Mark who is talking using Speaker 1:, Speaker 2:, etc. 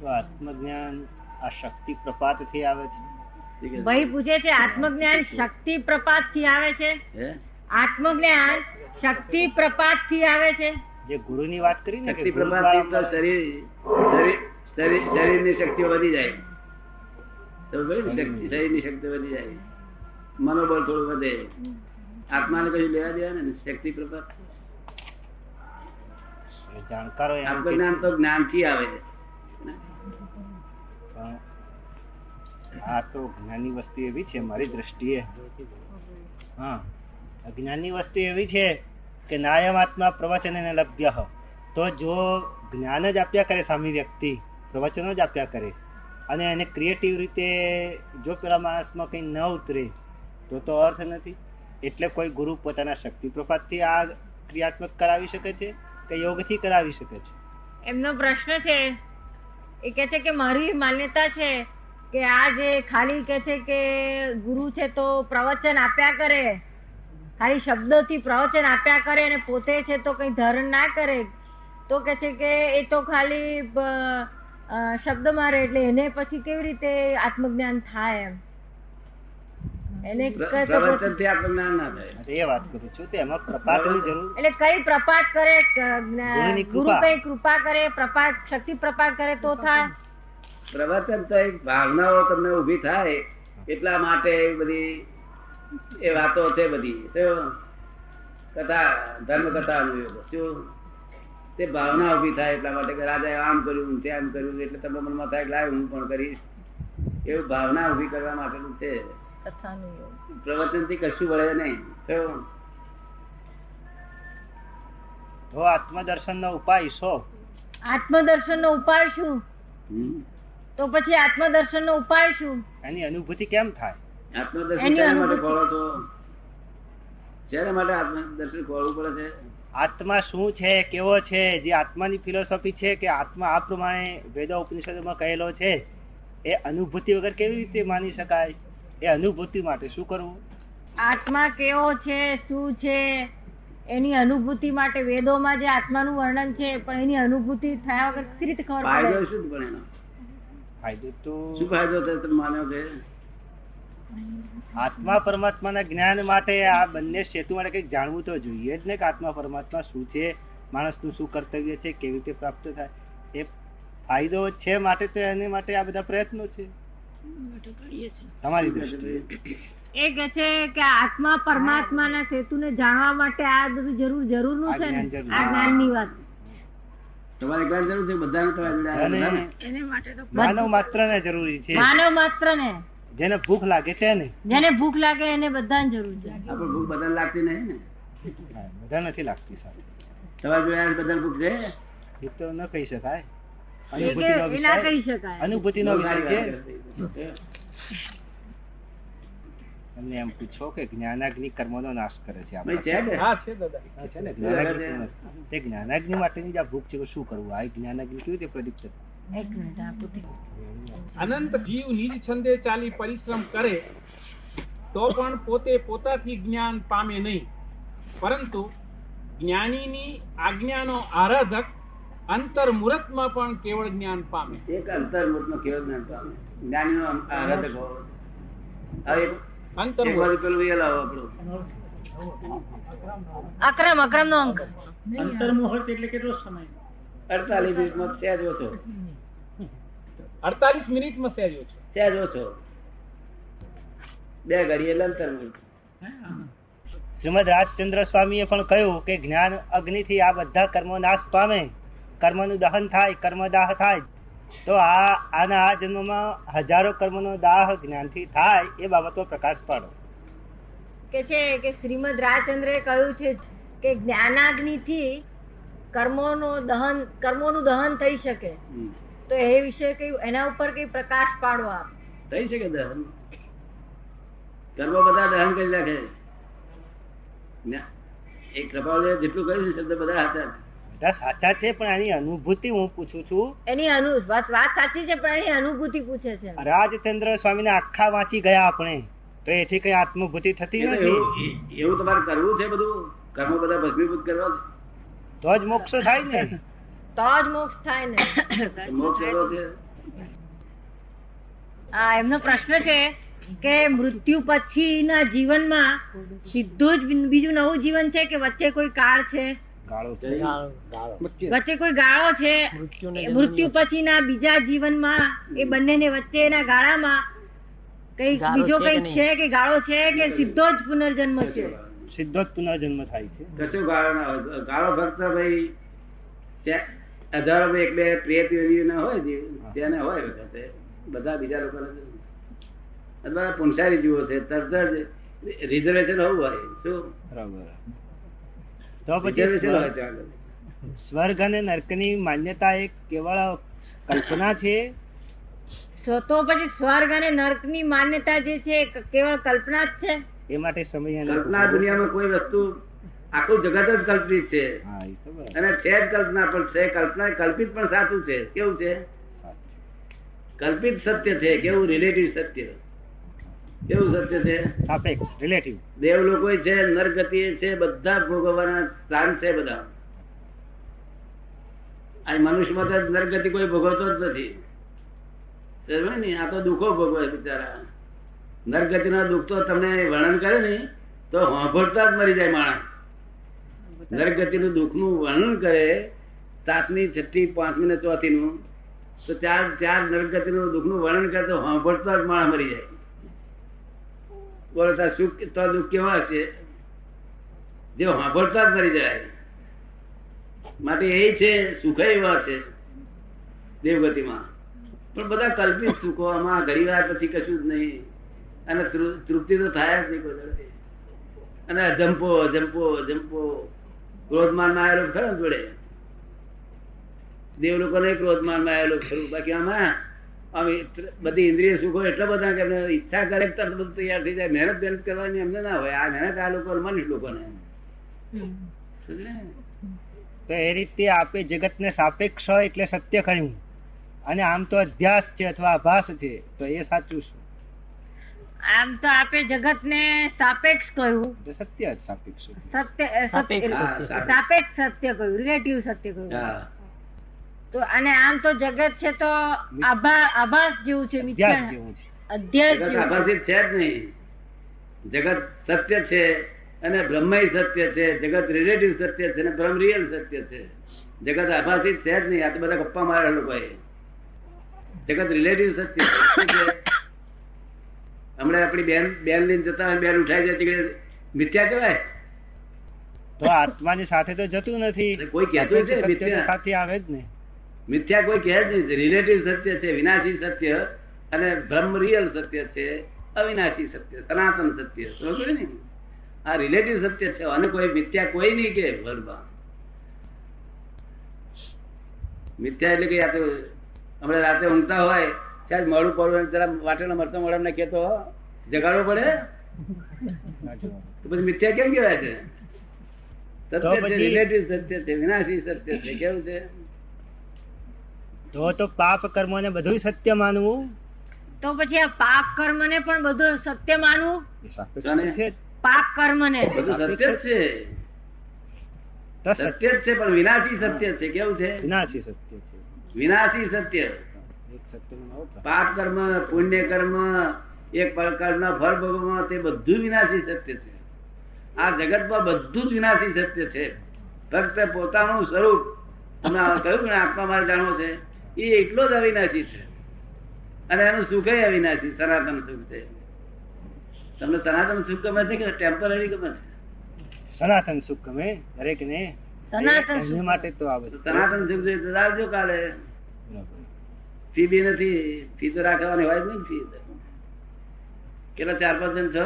Speaker 1: તો આત્મજ્ઞાન આ શક્તિ પ્રપાતથી આવે છે
Speaker 2: એ કે-
Speaker 3: ભાઈ પૂછે છે આત્મજ્ઞાન શક્તિ પ્રપાત થી આવે છે
Speaker 2: હે
Speaker 3: આત્મજ્ઞાન શક્તિ પ્રપાત થી આવે છે
Speaker 1: જે ગુરુની વાત કરી ને
Speaker 2: શક્તિ
Speaker 1: કે ગુરુ
Speaker 2: પ્રભાવથી તો
Speaker 1: દ્વારા
Speaker 2: શરીર શરીર શરીર- શરીરની શક્તિ વધી જાય તો શક્તિ શરીરની શક્તિ વધી જાય મનોબળ થોડું વધે આત્માને કશું લેવા દેવાને ને શક્તિ પ્રભાત
Speaker 1: જાણકારો એમ કે
Speaker 2: આત્મજ્ઞાન તો જ્ઞાનથી આવે છે
Speaker 1: પણ આ તો જ્ઞાની વસ્તુ એવી છે મારી દ્રષ્ટિએ હા અજ્ઞાની વસ્તુ એવી છે કે નાયમ આત્મા પ્રવચનને લભ્ય તો જો જ્ઞાન જ આપ્યા કરે સામી વ્યક્તિ પ્રવચનો જ આપ્યા કરે અને એને ક્રિએટિવ રીતે જો પેલા માણસમાં કંઈ ન ઉતરે તો તો અર્થ નથી એટલે કોઈ ગુરુ પોતાના શક્તિ પ્રપાતથી આ ક્રિયાત્મક કરાવી શકે છે કે યોગથી કરાવી શકે છે
Speaker 3: એમનો પ્રશ્ન છે એ કે છે કે મારી માન્યતા છે કે આ જે ખાલી કે છે કે ગુરુ છે તો પ્રવચન આપ્યા કરે ખાલી શબ્દોથી પ્રવચન આપ્યા કરે અને પોતે છે તો કંઈ ધરણ ના કરે તો કે છે કે એ તો ખાલી અ, અ, શબ્દ મારે એટલે એને પછી કેવી રીતે આત્મજ્ઞાન થાય એમ એને
Speaker 2: પ્ર-
Speaker 3: ક- તો પછી-
Speaker 2: પ્રવચનથી આત્મજ્ઞાન ના થાય
Speaker 1: એ વાત કરું છું તો એમાં પ્રપાતની જરૂર
Speaker 3: એટલે કઈ પ્રપાત કરે ક-
Speaker 1: ગુરુની
Speaker 3: જ્ઞા- ગુરુ
Speaker 1: કૃપા.
Speaker 3: કઈ કૃપા કરે પ્રપાત શક્તિ પ્રપાત કરે તો થાય
Speaker 2: પ્રવચન તો એક ભાવનાઓ તમને ઊભી થાય એટલા માટે એ બધી એ વાતો છે બધી તો કથા ધર્મ કથા અનુયોગો. શું? તે ભાવના ઊભી થાય એટલા માટે કે રાજાએ આમ કર્યું તેમ કર્યું એટલે તમે મનમાં થાય કે લાય હું પણ કરીશ એવું ભાવના ઊભી કરવા માટેનું છે
Speaker 3: કથાનું એવું.
Speaker 2: પ્રવચનથી કશું વળે નહીં થયું?
Speaker 1: તો આત્મદર્શનનો ઉપાય શો
Speaker 3: આત્મદર્શનનો ઉપાય શું
Speaker 2: હમ?
Speaker 3: તો પછી આત્મદર્શનનો ઉપાય શું
Speaker 1: એની અનુભૂતિ કેમ થાય
Speaker 2: આત્મદર્શન
Speaker 3: એની
Speaker 2: શેના માટે
Speaker 3: અનુભૂતિ.
Speaker 2: ખોળો છો શેના માટે આત્મદર્શન ખોળવું પડે છે
Speaker 1: આત્મા શું છે કેવો છે જે આત્માની ફિલોસોફી છે કે આત્મા આ પ્રમાણે વેદો ઉપનિષદોમાં કહેલો છે એ અનુભૂતિ વગર કેવી રીતે માની શકાય એ અનુભૂતિ માટે શું કરવું
Speaker 3: આત્મા કેવો છે શું છે એની અનુભૂતિ માટે વેદોમાં જે આત્માનું વર્ણન છે પણ એની અનુભૂતિ થયા વગર કેવી રીતે ખબર પડે
Speaker 2: ફાયદો શું પણ એનો
Speaker 1: ફાયદો
Speaker 2: શું
Speaker 1: તો
Speaker 2: ફાયદો થયો તમે માનો કે
Speaker 1: આત્મા પરમાત્માના જ્ઞાન માટે આ બંને સેતુ માટે કંઈક જાણવું તો જોઈએ જ ને કે આત્મા પરમાત્મા શું છે માણસનું શું કર્તવ્ય છે કેવી રીતે પ્રાપ્ત થાય એ ફાયદો છે માટે તો એને માટે આ બધા પ્રયત્નો છે તમારી દ્રષ્ટિએ
Speaker 3: એ કે છે કે આત્મા પરમાત્માના સેતુને જાણવા માટે આ બધું જરૂર જરૂરનું છે
Speaker 1: આ જ્ઞાન
Speaker 3: ને
Speaker 1: જરૂરી.
Speaker 3: આ જ્ઞાનની વાત
Speaker 2: તમારે એકલા જરૂર છે બધાને કરવા
Speaker 1: અને માનવ માત્ર ને જરૂરી છે
Speaker 3: માનવ માત્રને
Speaker 1: જેને ભૂખ લાગે છે ને
Speaker 3: જેને ભૂખ લાગે એને બધાને જરૂર છે
Speaker 2: આપણે ભૂખ બધાને લાગતી નહીં ને
Speaker 1: બધા નથી લાગતી સાહેબ
Speaker 2: તમારે જોયા બધાને ભૂખ છે
Speaker 1: એ તો ન કહી શકાય
Speaker 3: એ
Speaker 1: અનુભૂતિનો
Speaker 3: કે એ ના
Speaker 1: વિષય
Speaker 3: કહી શકાય
Speaker 1: અનુભૂતિનો
Speaker 2: બહુ
Speaker 1: વિષય
Speaker 2: સારી
Speaker 1: છે
Speaker 2: વાત કરી.
Speaker 1: તમને એમ પૂછો કે જ્ઞાનાગ્નિ કર્મનો નાશ કરે છે
Speaker 2: ભાઈ
Speaker 1: આપણે
Speaker 2: છે
Speaker 1: છે
Speaker 2: ને?
Speaker 1: ને જ્ઞાનાગ્નિ કર્મ. તે જ્ઞાનાગ્નિ માટેની જે આ ભૂખ છે એ શું કરવું આ જ્ઞાનાગ્નિ કેવી રીતે પ્રદીપ્ત થાય?
Speaker 3: એક મિનિટ આ પૂછી
Speaker 4: અનંત જીવ નિજ છંદે ચાલી પરિશ્રમ કરે તો પણ પોતે પોતાથી જ્ઞાન પામે નહીં પરંતુ જ્ઞાનીની આજ્ઞાનો આરાધક અંતર્મુહૂર્તમાં પણ કેવળ જ્ઞાન પામે
Speaker 2: એક અંતર્મુખનો કેવો જ્ઞાન પામે. જ્ઞાનીનો આરાધક હોવો. હવે એક- એક
Speaker 4: અંતર્મુહૂર્ત
Speaker 2: વાર પેલું એ લાવો આપણું.
Speaker 3: અક્રમ અક્રમ નો અંક
Speaker 2: અડતાલીસ મિનિટમાં સહેજ ઓછો.
Speaker 4: અડતાલીસ મિનિટમાં સહેજો છે
Speaker 2: સહેજ ઓછો. બે ઘડી એટલે અંતર્મુખ.
Speaker 1: શ્રીમદ રાજચંદ્ર સ્વામીએ પણ કહ્યું કે જ્ઞાન અગ્નિથી આ બધા કર્મો નાશ પામે કર્મનું દહન થાય કર્મદાહ થાય તો આ આના આ જન્મમાં હજારો કર્મનો દાહ જ્ઞાનથી થાય એ બાબતનો પ્રકાશ પાડો
Speaker 3: કે છે કે શ્રીમદ રાજચંદ્રે કહ્યું છે કે જ્ઞાનાગ્નિ થી કર્મોનો દહન કર્મોનું દહન થઈ શકે
Speaker 2: હમ.
Speaker 3: તો એ વિશે કઈ એના ઉપર કઈ પ્રકાશ પાડો આપ
Speaker 2: થઈ શકે દહન કર્મો બધા દહન કરી નાખે જ્ઞા- એ કૃપાળુએ જેટલું કર્યું છે શબ્દ બધા હતા
Speaker 1: બધા સાચા છે પણ આની અનુભૂતિ હું પૂછું છું
Speaker 3: એની અનુ વાત વાત સાચી છે પણ એની અનુભૂતિ પૂછે છે
Speaker 1: રાજચંદ્ર સ્વામીને આખા વાંચી ગયા આપણે તો એથી કઈ આત્મભૂતિ થતી
Speaker 2: એટલે
Speaker 1: નથી
Speaker 2: એવું એ- એવું તમારે કરવું છે બધું કર્મો બધા ભસ્મીભૂત કરવા છે
Speaker 1: તો જ મોક્ષ થાય ને
Speaker 3: તો જ મોક્ષ થાય ને
Speaker 2: મોક્ષ એવો છે
Speaker 3: આ એમનો પ્રશ્ન છે કે મૃત્યુ પછીના જીવનમાં સીધું જ બી- બીજું નવું જીવન છે કે વચ્ચે કોઈ કાળ છે
Speaker 1: ગાળો છે
Speaker 3: વચ્ચે કોઈ ગાળો છે એ મૃત્યુ પછીના બીજા જીવનમાં એ બંનેને વચ્ચેના ગાળામાં કઈ
Speaker 5: ગાળો
Speaker 3: બીજો
Speaker 5: છે કે
Speaker 3: કઈ
Speaker 5: નહીં?
Speaker 3: છે કે ગાળો છે કે સીધો જ પુનર્જન્મ છે
Speaker 1: સીધો જ પુનર્જન્મ થાય છે
Speaker 2: કશું ગાળો ના હોય ગાળો ફક્ત ભાઈ ત્યાં હજારો એક બે પ્રિયતિઓને હોય જે તેને હોય વખતે બધા બીજા લોકો બધા પુંસારી જીવો છે તરત જ રિઝર્વેશન હોવું હોય શું
Speaker 1: બરાબર તો પછી
Speaker 2: રિઝર્વેશન હોય
Speaker 1: સ્વર્ગ-
Speaker 2: ત્યાં આગળ.
Speaker 1: સ્વર્ગ અને નર્કની માન્યતા એ કેવળ કલ્પના છે
Speaker 3: સો તો પછી સ્વર્ગ અને નર્કની માન્યતા જે છે એ ક- કેવળ કલ્પના જ છે
Speaker 1: એ માટે સમય અને
Speaker 2: કલ્પના દુનિયામાં કોઈ વસ્તુ આખું જગત જ કલ્પિત છે
Speaker 1: હા એ તો બરાબર
Speaker 2: અને છે જ કલ્પના પણ છે કલ્પના કલ્પિત પણ સાચું છે કેવું છે કલ્પિત સત્ય છે કેવું રિલેટિવ સત્ય કેવું સત્ય છે
Speaker 1: સાપેક્ષ રિલેટિવ
Speaker 2: દેવ લોકો છે નરગતિ છે બધા જ ભોગવવાના સ્થાન છે બધા આ મનુષ્યમાં તો નરગતિ કોઈ ભોગવતો જ નથી સમજ્યો ને આ તો દુઃખો ભોગવે બિચારા નરગતિના દુઃખ તો તમને વર્ણન કરે ને તો હોંભળતા જ મરી જાય માણસ નરગતિનું દુઃખનું વર્ણન કરે સાતમી છઠ્ઠી પાંચમી ને ચોથીનું તો ચાર ચાર નરગતિનું દુઃખનું વર્ણન કરે તો હોંભળતા જ માણસ મરી જાય બોલો તાર સુખ કે- તાર દુઃખ કેવા હશે જે સાંભળતા જ મરી જાય માટે એ છે સુખ એવા છે દેવગતિમાં પણ બધા કલ્પિત સુખો આમાં ઘડી વાર પછી કશું જ નહીં અને તૃ- તૃપ્તિ તો થાય જ નહીં કોઈ દાડે. અને અજંપો અજંપો અજંપો ક્રોધમાનમાં આવેલો ખરો ને જોડે દેવ લોકોને ક્રોધમાનમાં આવેલો ખરું બાકી આમાં આમ એ ત્ર- બધી ઇન્દ્રિય સુખો એટલા બધા કે એમને ઈચ્છા કરે તરત બધું તૈયાર થઈ જાય મહેનત મહેનત કરવાની એમને ના હોય આ મહેનત આ લોકો મનુષ્ય લોકોને સમજ્યો ને?
Speaker 1: તો એ રીતે આપે જગતને સાપેક્ષ હોય એટલે સત્ય કહ્યું અને આમ તો અધ્યાસ છે અથવા આભાસ છે તો એ સાચું છે
Speaker 3: આમ તો આપે જગતને સાપેક્ષ કહ્યું
Speaker 1: એટલે સત્ય જ સાપેક્ષ છે.
Speaker 3: સત્ય અ,
Speaker 5: સાપેક્ષ
Speaker 3: સત્ય
Speaker 2: હા, સારું.
Speaker 3: સાપેક્ષ સત્ય કહ્યું રિલેટિવ સત્ય કહ્યું
Speaker 2: હા.
Speaker 3: તો અને આમ તો જગત છે તો આભા આભાસ જેવું છે
Speaker 1: અધ્યાસ
Speaker 3: મિથ્યા
Speaker 1: જેવું છે
Speaker 3: અધ્યાસ
Speaker 2: જગત
Speaker 3: જેવું છે.
Speaker 2: આભાસિત છે જ નહીં જગત સત્ય છે અને બ્રહ્મય સત્ય છે જગત રિલેટિવ સત્ય છે અને બ્રહ્મ રિયલ સત્ય છે જગત આભાસિત છે જ નહીં આ તો બધા ગપ્પા મારે લોકોએ જગત રિલેટિવ સત્ય છે શું છે? હમણાં આપણી બેન બેન લઈને જતા હોય બેન ઉઠાઈ જાય તીકડે મિથ્યા કહેવાય
Speaker 1: તો આત્માની સાથે તો જતું નથી
Speaker 2: કોઈ કહેતું છે
Speaker 1: સાપેક્ષ સત્ય તો
Speaker 2: મિથ્યા
Speaker 1: સાથે આવે જ ને
Speaker 2: મિથ્યા કોઈ કહે જ નહીં રિલેટિવ સત્ય છે વિનાશી સત્ય અને બ્રહ્મ રિયલ સત્ય છે અવિનાશી સત્ય સનાતન સત્ય સમજો ને આ રિલેટિવ સત્ય છે અને કોઈ મિથ્યા કોઈ નહીં કે વર્ગમાં મિથ્યા એટલે કે આ તો હમણાં રાતે ઊંઘતા હોય ત્યાં જ મોડું પડવું જરા વાટેલા મરતો મોડા ને કહેતો જગાડવો પડે તો પછી મિથ્યા કેમ કહેવાય છે
Speaker 1: તો
Speaker 2: સત્ય છે
Speaker 1: પછી-
Speaker 2: રિલેટિવ સત્ય છે વિનાશી સત્ય છે કેવું છે
Speaker 1: તો તો પાપ કર્મોને બધું સત્ય માનવું
Speaker 3: તો પછી આ પાપ કર્મને પણ બધું સત્ય માનવું
Speaker 1: એ સાપેક્ષ
Speaker 2: જાણે.
Speaker 1: છે જ.
Speaker 3: પાપ કર્મને
Speaker 2: બધું સત્ય જ છે
Speaker 1: તો
Speaker 2: સત્ય
Speaker 1: સત્ય
Speaker 2: જ છે પણ વિનાશી સત્ય છે કેવું છે
Speaker 1: વિનાશી સત્ય છે
Speaker 2: વિનાશી સત્ય
Speaker 1: એક સત્ય
Speaker 2: પાપ કર્મ પુણ્ય કર્મ એક પ્રકારના ફળ ભોગવવા તે બધું વિનાશી સત્ય છે આ જગતમાં બધું જ વિનાશી સત્ય છે ફક્ત પોતાનું સ્વરૂપ હમણાં કહ્યું કે આત્મા મારે જાણવો છે એ એટલો જ અવિનાશી છે અને એનું સુખ એ અવિનાશી સનાતન સુખ છે તમને સનાતન સુખ ગમે છે કે ટેમ્પરરી ગમે છે
Speaker 1: સનાતન સુખ ગમે દરેકને
Speaker 3: સનાતન
Speaker 1: એમને
Speaker 3: સુખ.
Speaker 1: માટે તો આ
Speaker 2: તો
Speaker 1: બધું
Speaker 2: સનાતન સુખ જોઈએ તો આવજો કાલે
Speaker 1: બરાબર.
Speaker 2: ફી બી નથી ફી તો રાખવાની હોય જ નહીં ફી કેટલા ચાર પાંચ જણ છો